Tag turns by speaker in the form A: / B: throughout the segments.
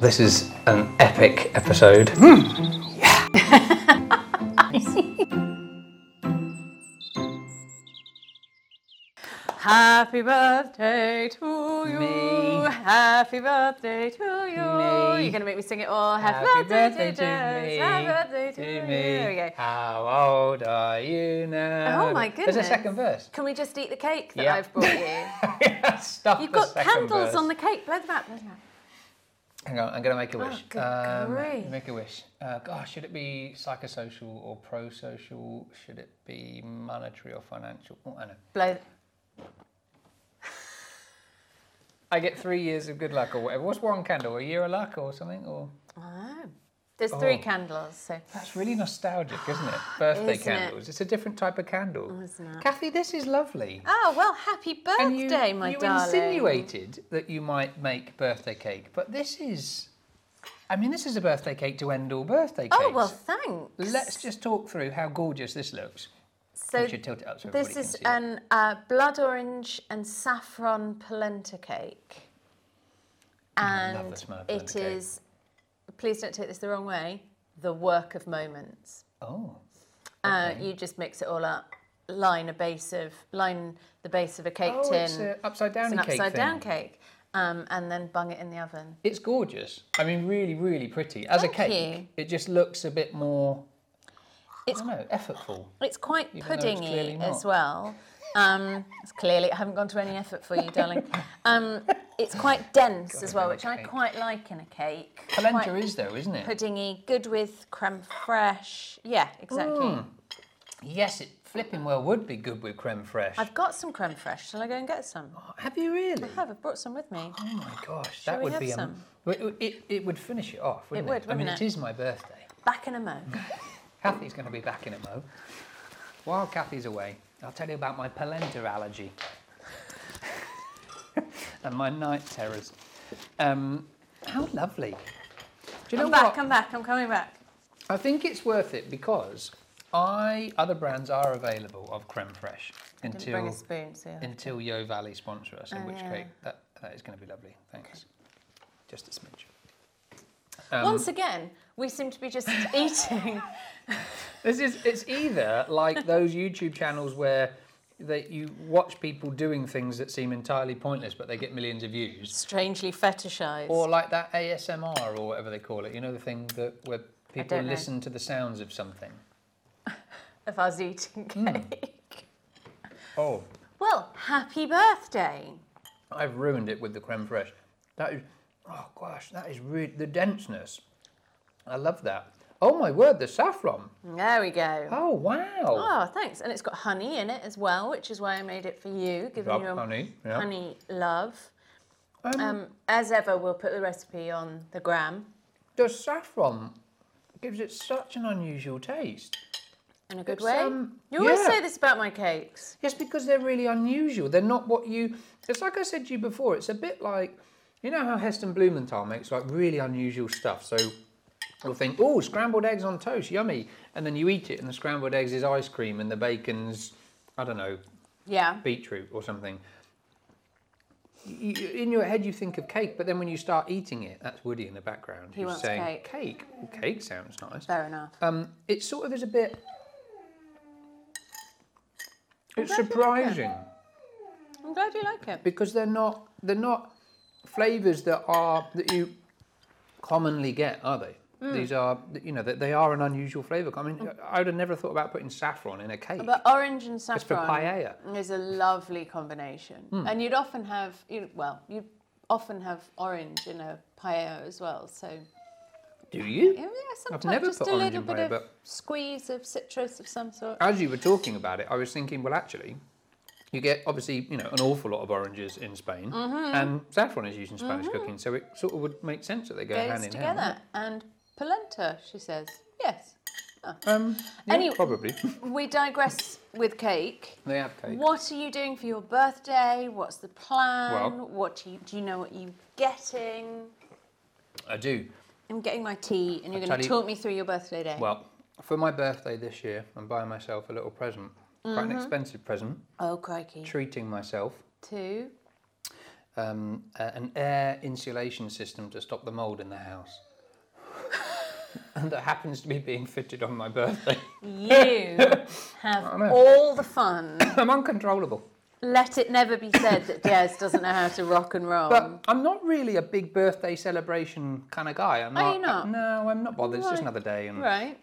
A: This is an epic episode.
B: Happy birthday to you.
C: Me.
B: Happy birthday to you.
C: Me.
B: You're going to make me sing it all. Happy,
C: Happy birthday
B: birthday,
C: to
B: Jess.
C: me.
B: Happy birthday to,
C: To
B: you. There we
C: me.
B: go.
A: How old are you now?
B: Oh my
A: There's a
B: goodness.
A: second verse.
B: Can we just eat the cake that
A: Yeah.
B: I've brought you?
A: Stop
B: You've
A: the
B: got
A: second
B: candles
A: verse.
B: on the cake. Blow them out. Blow them out.
A: Hang on, I'm going to make a wish. Um,
B: good grief.
A: make a wish. Uh, gosh, should it be psychosocial or pro-social? Should it be monetary or financial? Oh, I know.
B: Blow.
A: I get three years of good luck or whatever. What's one candle? A year of luck or something? Or
B: Oh. There's three
A: Oh.
B: candles. So.
A: that's really nostalgic, isn't it? Birthday
B: Isn't it? Oh,
A: candles. It's a different type of candle.
B: Isn't it?
A: Kathy, this is lovely.
B: Oh, well, happy birthday,
A: and you,
B: my
A: you
B: darling.
A: insinuated that you might make birthday cake, but this is, I mean, this is a birthday cake to end all birthday cakes.
B: Oh, well, thanks.
A: Let's just talk through how gorgeous this looks.
B: So
A: we should tilt it up so
B: This
A: everybody
B: is
A: can see it.
B: an uh, blood orange and saffron polenta cake.
A: I
B: And
A: love the smell of
B: it
A: polenta cake.
B: is, please don't take this the wrong way, the work of moments.
A: Oh,
B: Uh, you just mix it all up, line a base of, line the base of a cake
A: oh,
B: tin.
A: it's an upside down
B: it's an
A: cake
B: upside
A: thing.
B: down cake. Um, and then bung it in the oven.
A: It's gorgeous. I mean, really, really pretty. As a
B: Thank
A: cake,
B: you.
A: it just looks a bit more.
B: It's-
A: I don't know, effortful.
B: It's quite
A: Even though it's clearly
B: puddingy
A: not.
B: as well. Um, it's clearly, I haven't gone to any effort for you, darling. Um, it's quite dense as well,
A: love
B: which I
A: cake.
B: quite like in a cake.
A: Polenta
B: Quite
A: is though, isn't it?
B: puddingy, good with creme fraiche. Yeah, exactly.
A: Hmm. Yes, it flipping well would be good with creme fraiche.
B: I've got some creme fraiche. Shall I go and get some?
A: Have you really?
B: I have. I've brought some with me.
A: Oh my gosh,
B: Shall
A: that
B: we
A: would
B: have
A: be
B: some?
A: It, it, it would finish it off, wouldn't it?
B: would,
A: I mean,
B: wouldn't
A: it
B: it?
A: is my birthday.
B: Back in a mo.
A: Kathy's going to be back in a mo. While Kathy's away, I'll tell you about my polenta allergy and my night terrors. Um, how lovely! Do you know
B: I'm
A: what?
B: back. I'm back. I'm coming back.
A: I think it's worth it because I other brands are available of creme fraiche
B: Didn't bring a
A: until
B: spoon, so yeah.
A: until Yo Valley sponsor us, in
B: Oh,
A: which
B: yeah.
A: case that, that is going to be lovely. Thanks. Just a smidge. um,
B: Once again, we seem to be just eating.
A: This is it's either like those YouTube channels where that you watch people doing things that seem entirely pointless but they get millions of views.
B: Strangely fetishized.
A: Or like that ASMR or whatever they call it, you know the thing that where people
B: don't know.
A: listen to the sounds of something.
B: of us eating
A: Hmm.
B: cake.
A: Oh.
B: Well, happy birthday.
A: I've ruined it with the creme fraiche. That is oh gosh, that is really the denseness. I love that. Oh my word, the saffron.
B: There we go.
A: Oh wow.
B: Oh, thanks. And it's got honey in it as well, which is why I made it for you, giving
A: Love
B: you a
A: honey, yeah.
B: honey love.
A: Um,
B: Um, as ever, we'll put the recipe on the gram
A: the saffron gives it such an unusual taste.
B: in a good
A: It's,
B: way.
A: um,
B: you always
A: yeah.
B: say this about my cakes.
A: Yes, because they're really unusual. They're not what you. It's like I said to you before. It's a bit like, you know how Heston Blumenthal makes like really unusual stuff. So you'll think, oh, scrambled eggs on toast, yummy, and then you eat it, and the scrambled eggs is ice cream, and the bacon's, I don't know,
B: Yeah.
A: beetroot or something. You, you- in your head, you think of cake, but then when you start eating it, that's Woody in the background. who's
B: wants
A: saying
B: cake.
A: cake. Well, cake sounds nice.
B: Fair enough.
A: Um, it sort of is a bit. It's
B: glad you like it.
A: surprising
B: I'm glad you like it.
A: because they're not they're not flavors that are that you commonly get, are they?
B: Hmm.
A: These are you know that they are an unusual flavor. I mean,
B: Mm.
A: I would have never thought about putting saffron in a cake.
B: But orange and
A: It's for Hmm.
B: saffron
A: paella.
B: is a lovely combination. And you'd often have, you well, you'd often have orange in a paella as well. So
A: Do you?
B: Yeah, sometimes
A: never
B: just
A: put
B: a
A: orange
B: little
A: in
B: bit
A: paella,
B: of
A: but-
B: squeeze of citrus of some sort.
A: As you were talking about it, I was thinking, well, actually, you get obviously you know an awful lot of oranges in Spain,
B: Mm-hmm.
A: and saffron is used in Spanish cooking, so it sort of would make sense that they go hand
B: Goes
A: in hand.
B: together and polenta, she says. Yes.
A: Um, yeah,
B: Any-
A: probably
B: We digress with cake.
A: they have cake.
B: What are you doing for your birthday? What's the plan?
A: Well-
B: what do you, do you know what you're getting?
A: I do.
B: I'm getting my tea, and you're
A: I'll
B: going
A: tell
B: to
A: you-
B: talk me through your birthday day.
A: Well, for my birthday this year, I'm buying myself a little
B: Mm-hmm.
A: present. Quite an expensive present.
B: oh crikey!
A: Treating myself.
B: Two.
A: um, a- an air insulation system to stop the mold in the house. and that happens to be being fitted on my birthday.
B: You have
A: know.
B: all the fun.
A: I'm uncontrollable.
B: Let it never be said that Des doesn't know how to rock and roll.
A: But I'm not really a big birthday celebration kind of guy. I'm
B: Are
A: not,
B: you not?
A: no, I'm not bothered. It's
B: Right.
A: just another day. And
B: right.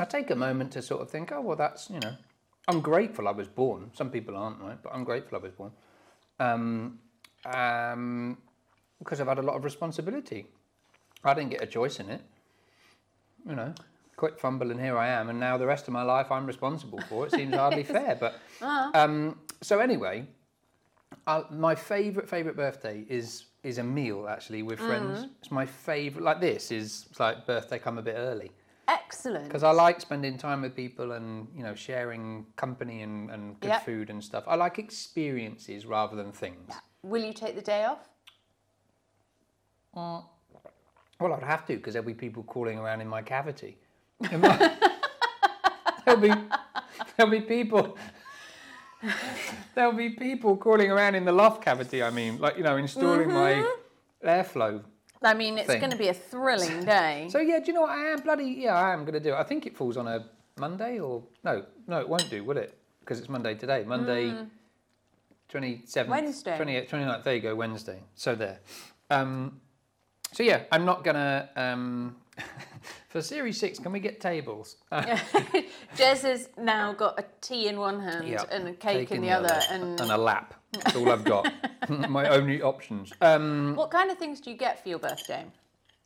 A: I take a moment to sort of think, oh, well, that's, you know, I'm grateful I was born. Some people aren't, right? But I'm grateful I was born. Um, um, because I've had a lot of responsibility. I didn't get a choice in it. You know, quit fumble and here I am. And now the rest of my life I'm responsible for. It seems hardly fair. But um, so anyway, I, my favourite, favourite birthday is is a meal actually with friends. It's my favourite. Like this is it's like birthday come a bit early
B: Excellent.
A: because I like spending time with people and you know sharing company and, and good
B: Yeah.
A: food and stuff. I like experiences rather than things.
B: Will you take the day off?
A: Mm. Well, I'd have to because there'll be people crawling around in my cavity. In my- there'll be there'll be people. There'll be people crawling around in the loft cavity. I mean, like you know, installing my airflow.
B: I mean, it's
A: Thing.
B: going to be a thrilling day.
A: So yeah, do you know what? I am bloody yeah, I am going to do it. I think it falls on a Monday or no, no, it won't do, will it? Because it's Monday today, Monday, twenty seventh,
B: Hmm. Wednesday.
A: 28th, 29th, There you go, Wednesday. So there. Um, so yeah, I'm not gonna. Um, for series six, can we get tables?
B: Jez has now got a tea in one hand
A: Yeah,
B: and a cake in
A: taking
B: the other. And
A: and a lap. That's all I've got. My only options. Um,
B: what kind of things do you get for your birthday?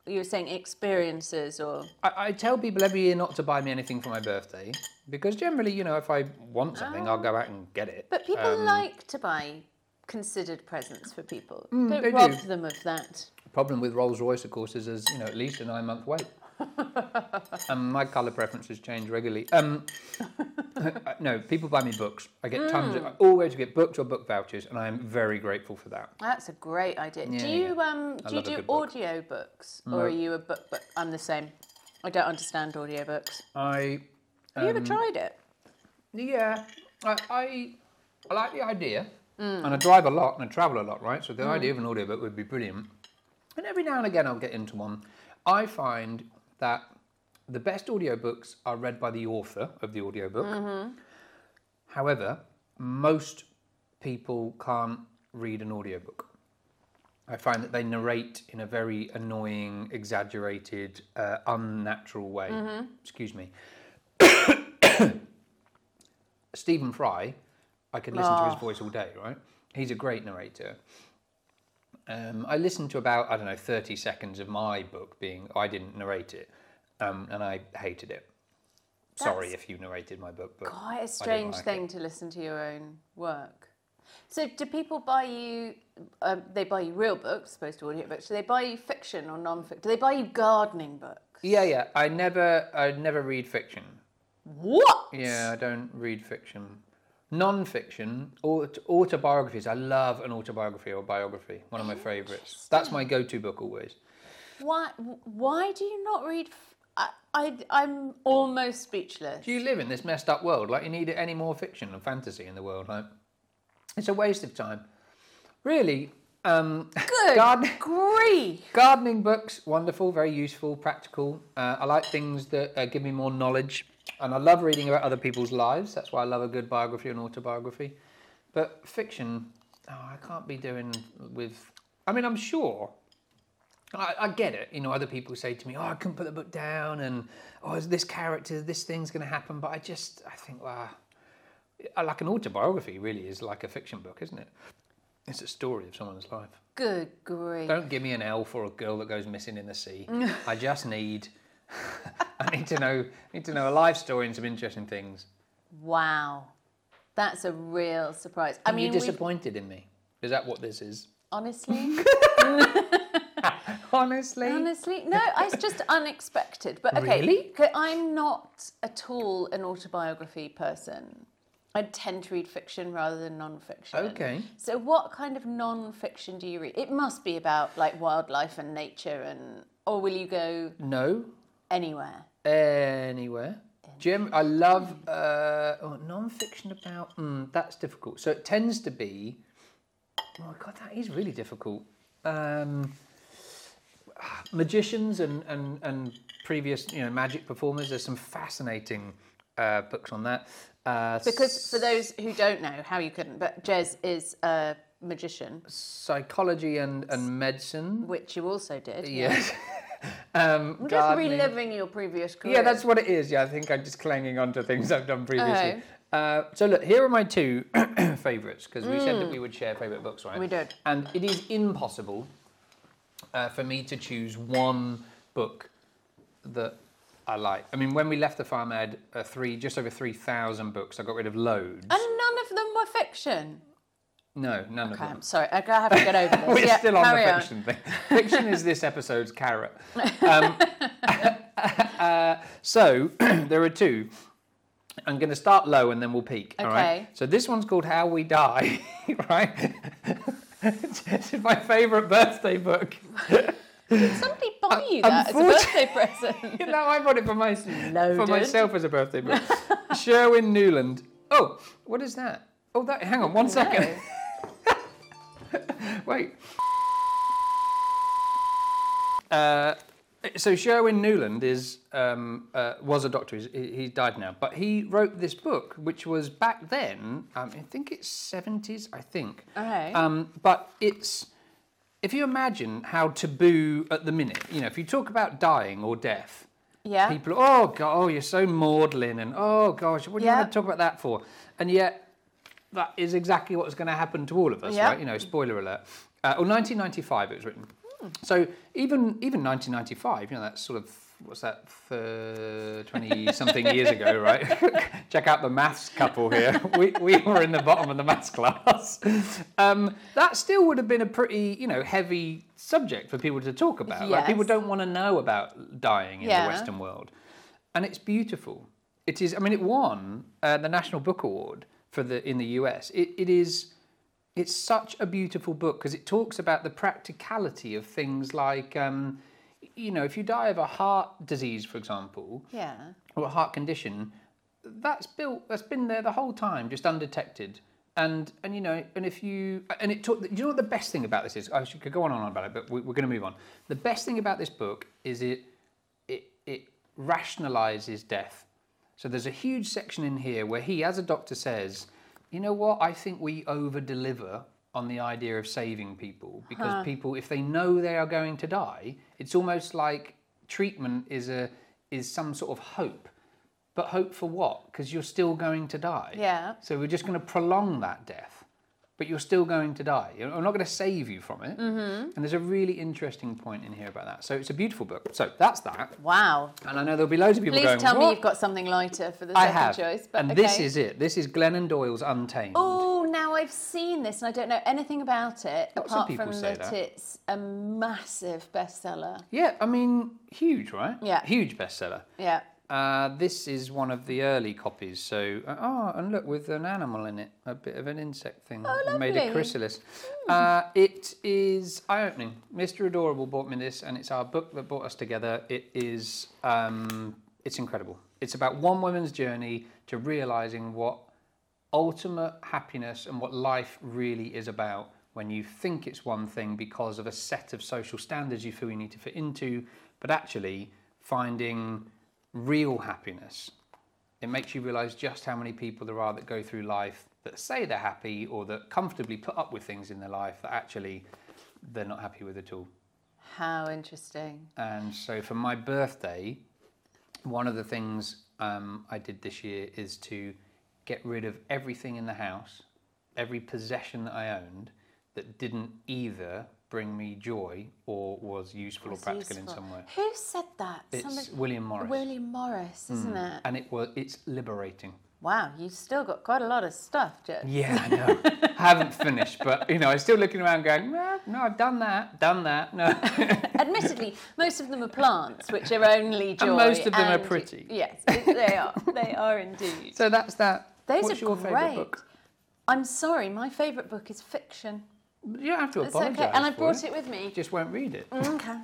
B: You were saying experiences or
A: I, I tell people every year not to buy me anything for my birthday because generally, you know, if I want something,
B: Ah.
A: I'll go out and get it.
B: But people
A: Um,
B: like to buy considered presents for people. Don't
A: Mm, they do.
B: rob them of that.
A: problem with Rolls Royce, of course, is there's you know at least a nine month wait. and my colour preferences change regularly. Um, uh, no, people buy me books. I get tons.
B: Mm.
A: Of, I always get books or book vouchers, and I am very grateful for that.
B: That's a great idea.
A: Yeah,
B: do you
A: yeah.
B: um do you
A: love a
B: do
A: good book.
B: audio books or are you a book book I'm the same. I don't understand audiobooks.
A: I Um,
B: Have you ever tried it?
A: yeah, I I, I like the idea,
B: Mm.
A: and I drive a lot and I travel a lot, right? So the idea of an audiobook would be brilliant. And every now and again, I'll get into one. I find that the best audiobooks are read by the author of the audiobook. However, most people can't read an audiobook. I find that they narrate in a very annoying, exaggerated, uh, unnatural way. Excuse me. Stephen Fry, I could listen to his voice all day, right? He's a great narrator. Um, I listened to about, I don't know, 30 seconds of my book being, I didn't narrate it, um, and I hated it. Sorry if you narrated my book, but
B: Quite a
A: I didn't
B: strange
A: like it.
B: thing to listen to your own work. So do people buy you um, they buy you real books, opposed to audiobooks. Do they buy you fiction or non-fiction? Do they buy you gardening books?
A: Yeah, yeah. I never, I never read fiction.
B: What?
A: Yeah, I don't read fiction. Non-fiction, aut- autobiographies. I love an autobiography or biography. One of my favourites. That's my go-to book always.
B: Why? Why do you not read? f- I, I I'm almost speechless.
A: Do you live in this messed up world? Like you need any more fiction and fantasy in the world? Like it's a waste of time. Really. Um,
B: Good
A: garden-
B: grief!
A: Gardening books, wonderful, very useful, practical. Uh, I like things that uh, give me more knowledge, and I love reading about other people's lives. That's why I love a good biography and autobiography. But fiction, oh, I can't be doing with. I mean, I'm sure. I, I get it. You know, other people say to me, "Oh, I couldn't put the book down," and "Oh, is this character, this thing's going to happen." But I just, I think, wow. I like an autobiography really is like a fiction book, isn't it? It's a story of someone's life.
B: Good grief!
A: Don't give me an elf or a girl that goes missing in the sea. I just need, I need to know, need to know a life story and some interesting things.
B: Wow, that's a real surprise. I
A: Are you
B: mean, we,
A: disappointed in me? Is that what this is?
B: honestly,
A: Honestly,
B: honestly, no, it's just unexpected. But okay,
A: Really?
B: okay, I'm not at all an autobiography person. I tend to read fiction rather than non-fiction.
A: Okay.
B: So, what kind of non-fiction do you read? It must be about like wildlife and nature, and or will you go
A: no.
B: anywhere?
A: Anywhere, Jim. I love hmm, uh, oh, non-fiction about. Mm, that's difficult. So it tends to be Oh God, that is really difficult. Um, magicians and, and, and previous you know magic performers. There's some fascinating uh, books on that. Uh,
B: Because for those who don't know how you couldn't, but Jez is a magician,
A: psychology and, and medicine.
B: which you also did.
A: Yes. um,
B: I'm just
A: gardening.
B: reliving your previous career.
A: Yeah, that's what it is. Yeah, I think I'm just clanging on to things I've done previously.
B: Okay.
A: Uh, so look, here are my two favourites because we said that we would share favourite books, right?
B: Mm. We did.
A: And it is impossible uh, for me to choose one book that I like. I mean, when we left the farm, I had uh, three, just over three thousand books. I got rid of loads.
B: and none of them were fiction.
A: no, none of
B: Oh. Okay,
A: them.
B: I'm sorry. I gotta have to get over this.
A: We're
B: yeah,
A: still on the
B: carry
A: fiction thing. Fiction is this episode's carrot. Um, uh, so there are two. I'm going to start low and then we'll peak. All right.
B: Okay.
A: So this one's called How We Die, right? it's my favourite birthday book.
B: Did somebody buy
A: Un-
B: you that as a birthday present?
A: You know, I bought it for, my, for
B: Loaded.
A: myself as a birthday book. Sherwin Newland. Oh, what is that? Oh, that. Hang on, one second.
B: No.
A: Wait. Uh, so Sherwin Newland is um, uh, was a doctor. He's, he he died now, but he wrote this book, which was back then. Um, I think it's seventies. I think.
B: Okay.
A: Um, but it's if you imagine how taboo at the minute. You know, if you talk about dying or death,
B: Yeah.
A: people. Oh god, oh you're so maudlin, and oh gosh, what do you
B: Yeah.
A: want to talk about that for? And yet, that is exactly what's going to happen to all of us,
B: Yeah.
A: right? You know, spoiler alert. Uh, or 1995, it was written. So even even 1995, you know, that's sort of what's that, uh, 20 something years ago, right? Check out the maths couple here. We, we were in the bottom of the maths class. Um, that still would have been a pretty, you know, heavy subject for people to talk about. Like people
B: Yes.
A: don't want to know about dying in
B: Yeah.
A: the Western world. And it's beautiful. It is. I mean, it won uh, the National Book Award for the in the US. It, it is. It's such a beautiful book because it talks about the practicality of things like, um, you know, if you die of a heart disease, for example,
B: Yeah.
A: or a heart condition, that's built that's been there the whole time, just undetected. And and you know, and if you and it took, you know what the best thing about this is? I should could go on and on about it, but we, we're going to move on. The best thing about this book is it it it rationalizes death. So there's a huge section in here where he, as a doctor, says, you know what? I think we over deliver on the idea of saving people because people, if they know they are going to die, it's almost like treatment is a is some sort of hope. But hope for what? Because you're still going to die.
B: Yeah.
A: So we're just going to prolong that death, but you're still going to die. You know, I'm not going to save you from it.
B: Mm-hmm.
A: And there's a really interesting point in here about that. So it's a beautiful book. So that's that.
B: Wow.
A: And I know there'll be loads of people
B: Please
A: going.
B: tell me
A: "What?"
B: you've got something lighter for the
A: I
B: second
A: have.
B: choice. But
A: and
B: okay.
A: this is it. This is Glennon Doyle's Untamed.
B: Oh, now I've seen this and I don't know anything about it
A: Lots of
B: apart
A: people
B: from
A: say
B: that,
A: that.
B: it's a massive bestseller.
A: Yeah, I mean, huge, right?
B: Yeah.
A: Huge bestseller.
B: Yeah.
A: Uh, this is one of the early copies. So, uh, oh, and look, with an animal in it, a bit of an insect thing.
B: Oh,
A: Made a
B: lovely. Hmm.
A: chrysalis. Uh, it is eye opening. Mr. Adorable bought me this, and it's our book that brought us together. It is, um, it's incredible. It's about one woman's journey to realizing what ultimate happiness and what life really is about when you think it's one thing because of a set of social standards you feel you need to fit into, but actually finding real happiness. It makes you realize just how many people there are that go through life that say they're happy or that comfortably put up with things in their life that actually they're not happy with at all.
B: How interesting.
A: And so for my birthday, one of the things um, I did this year is to get rid of everything in the house, every possession that I owned that didn't either bring me joy or was useful
B: It's
A: or practical
B: useful.
A: in some way.
B: Who said that?
A: It's
B: Somebody-
A: William Morris. Hmm.
B: William Morris, isn't it?
A: And it was it's liberating.
B: Wow, you've still got quite a lot of stuff, Jess.
A: Yeah, I know. I haven't finished, but you know, I'm still looking around going, no, no, I've done that, done that. No.
B: Admittedly, most of them are plants, which are only joy.
A: most of them are
B: and-
A: pretty.
B: Yes, they are. They are indeed.
A: so that's that.
B: Those
A: What's
B: are
A: your
B: great.
A: favourite book?
B: I'm sorry, my favourite book is fiction.
A: You don't have to
B: It's
A: apologise.
B: okay, and I
A: for Mm-hmm.
B: brought it with me.
A: You just won't read it.
B: Okay,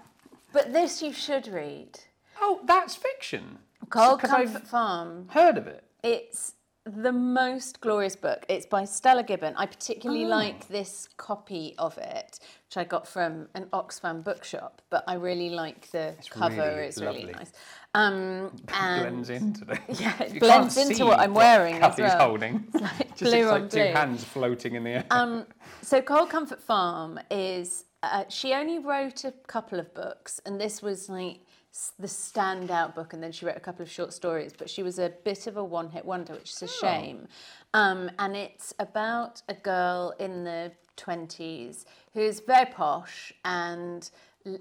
B: but this you should read.
A: Oh, that's fiction.
B: Cold
A: Because
B: Comfort
A: I've
B: Farm.
A: heard of it.
B: It's the most glorious book. It's by Stella Gibbon. I
A: Oh.
B: particularly like this copy of it, which I got from an Oxfam bookshop. But I really like the cover.
A: really
B: it's really
A: lovely.
B: nice. Um, and
A: blends in today.
B: yeah, it
A: You
B: blends
A: can't
B: into
A: see
B: what I'm wearing as
A: Kathy's
B: well.
A: holding. Just
B: blue
A: it's
B: on
A: like
B: blue.
A: two hands floating in the air.
B: So Cold Comfort Farm is uh, she only wrote a couple of books, and this was like s- the standout book. And then she wrote a couple of short stories, but she was a bit of a one-hit wonder, which is a shame. Um, and it's about a girl in the twenties who's very posh and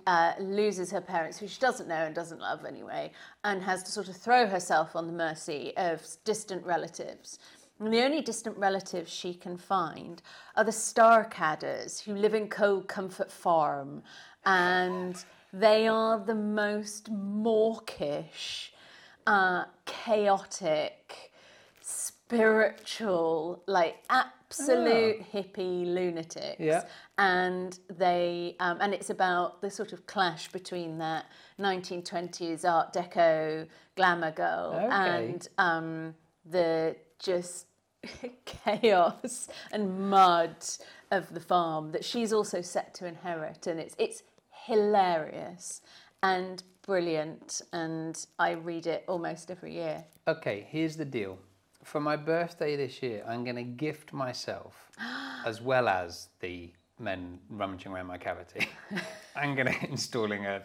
B: uh, loses her parents, who she doesn't know and doesn't love anyway, and has to sort of throw herself on the mercy of distant relatives. And the only distant relatives she can find are the Starcadders, who live in Cold Comfort Farm, and they are the most mawkish, uh, chaotic, spiritual, like absolute hippie lunatics
A: Yeah.
B: and they um, and it's about the sort of clash between that 1920s art deco glamour girl
A: Okay.
B: and um, the just chaos and mud of the farm that she's also set to inherit and it's it's hilarious and brilliant and I read it almost every year.
A: Okay, here's the deal. For my birthday this year, I'm going to gift myself, as well as the men rummaging around my cavity. I'm going to installing a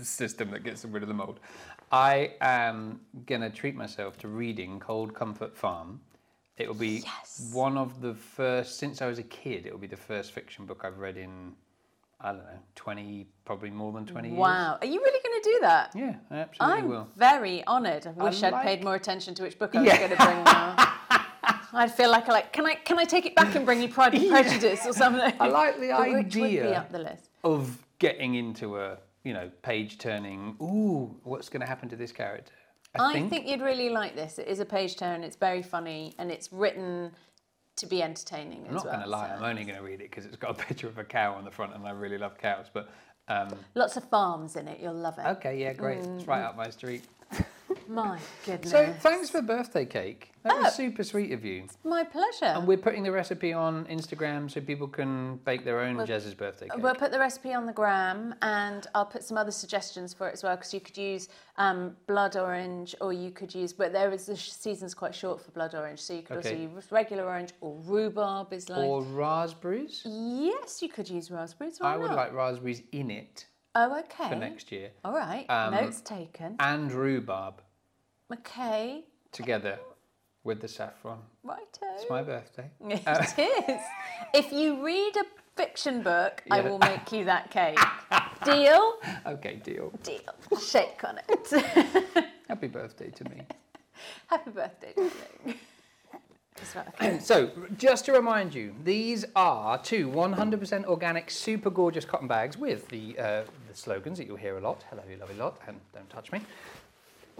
A: system that gets rid of the mold. I am going to treat myself to reading Cold Comfort Farm. It will be
B: Yes.
A: one of the first since I was a kid. It will be the first fiction book I've read in I don't know twenty, probably more than twenty years.
B: Wow. Are you really going to do that?
A: Yeah, I absolutely
B: I'm
A: will.
B: very honoured. I wish I would
A: like-
B: paid more attention to which book I was
A: Yeah.
B: going to bring now. I feel like I like can I can I take it back and bring you Pride and Prejudice or something?
A: I like the
B: But Which would be
A: idea.
B: up the list?
A: of getting into a you know page turning. Ooh, what's going to happen to this character?
B: I think. you'd really like this. It is a page turn. It's very funny and it's written to be entertaining
A: I'm not
B: as well.
A: going to lie.
B: so-
A: I'm only going to read it because it's got a picture of a cow on the front, and I really love cows. But um,
B: Lots of farms in it. You'll love it.
A: okay, yeah, great. It's
B: Mm.
A: right up my street.
B: My goodness.
A: So thanks for birthday cake. That
B: Oh.
A: was super sweet of you.
B: My pleasure.
A: And we're putting the recipe on Instagram so people can bake their own Jez's birthday cake.
B: uh, We'll put the recipe on the gram, and I'll put some other suggestions for it as well. Because you could use um, blood orange, or you could use, but there is the sh- season's quite short for blood orange, so you could also
A: Okay.
B: use regular orange or rhubarb is like.
A: or raspberries.
B: yes, you could use raspberries. Why
A: I would
B: not?
A: like raspberries in it
B: Oh, okay.
A: for next year,
B: All right.
A: Um,
B: Notes taken.
A: and rhubarb
B: Okay.
A: together with the saffron. It's
B: Righto.
A: my birthday.
B: it is. If you read a fiction book, I
A: Yeah.
B: will make you that cake. Deal?
A: Okay, deal.
B: Deal. Shake on it.
A: Happy birthday to me.
B: Happy birthday, darling. Is that okay?
A: so, r- just to remind you, these are two 100% organic, super gorgeous cotton bags with the, uh, the slogans that you'll hear a lot Hello, you lovely lot, and don't touch me.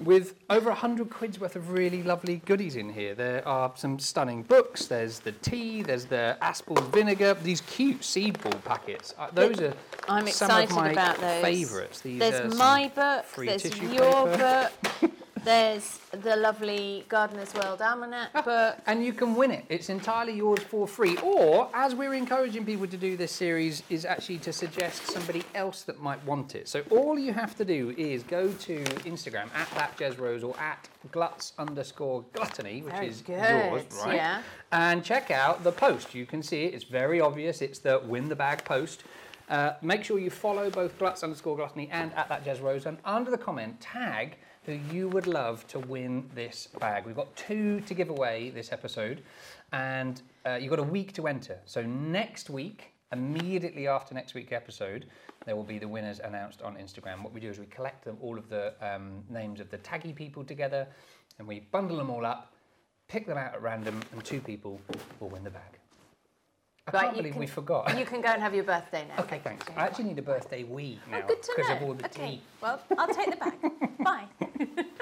A: With over 100 quid's worth of really lovely goodies in here. There are some stunning books, there's the tea, there's the Aspel vinegar, these cute seed ball packets. Uh, those are
B: I'm
A: some
B: excited
A: of my
B: about those.
A: favourites. These are
B: There's
A: some
B: my book,
A: free
B: there's
A: tissue
B: your
A: paper.
B: book, there's the lovely Gardener's World Almanac book.
A: and you can win it. It's entirely yours for free. Or, as we're encouraging people to do this series, is actually to suggest somebody else that might want it. So all you have to do is go to Instagram at thatjesrose or at gluts underscore gluttony, which
B: Very
A: is
B: good,
A: yours, right?
B: yeah.
A: And check out the post. You can see it. It's very obvious. It's the win the bag post. Uh, make sure you follow both gluts underscore gluttony and at that Jez Rose and under the comment tag who you would love to win this bag. We've got two to give away this episode and uh, you've got a week to enter. So next week, immediately after next week's episode, there will be the winners announced on Instagram. What we do is we collect them, all of the um, names of the taggy people together and we bundle them all up, pick them out at random and two people will win the bag. I
B: Right,
A: can't
B: you
A: believe
B: can-
A: we forgot.
B: You can go and have your birthday now.
A: Okay, thanks. I actually need a birthday wee now
B: Oh, Good to
A: because
B: know.
A: of all the
B: okay.
A: tea.
B: Well, I'll take the bag. Bye.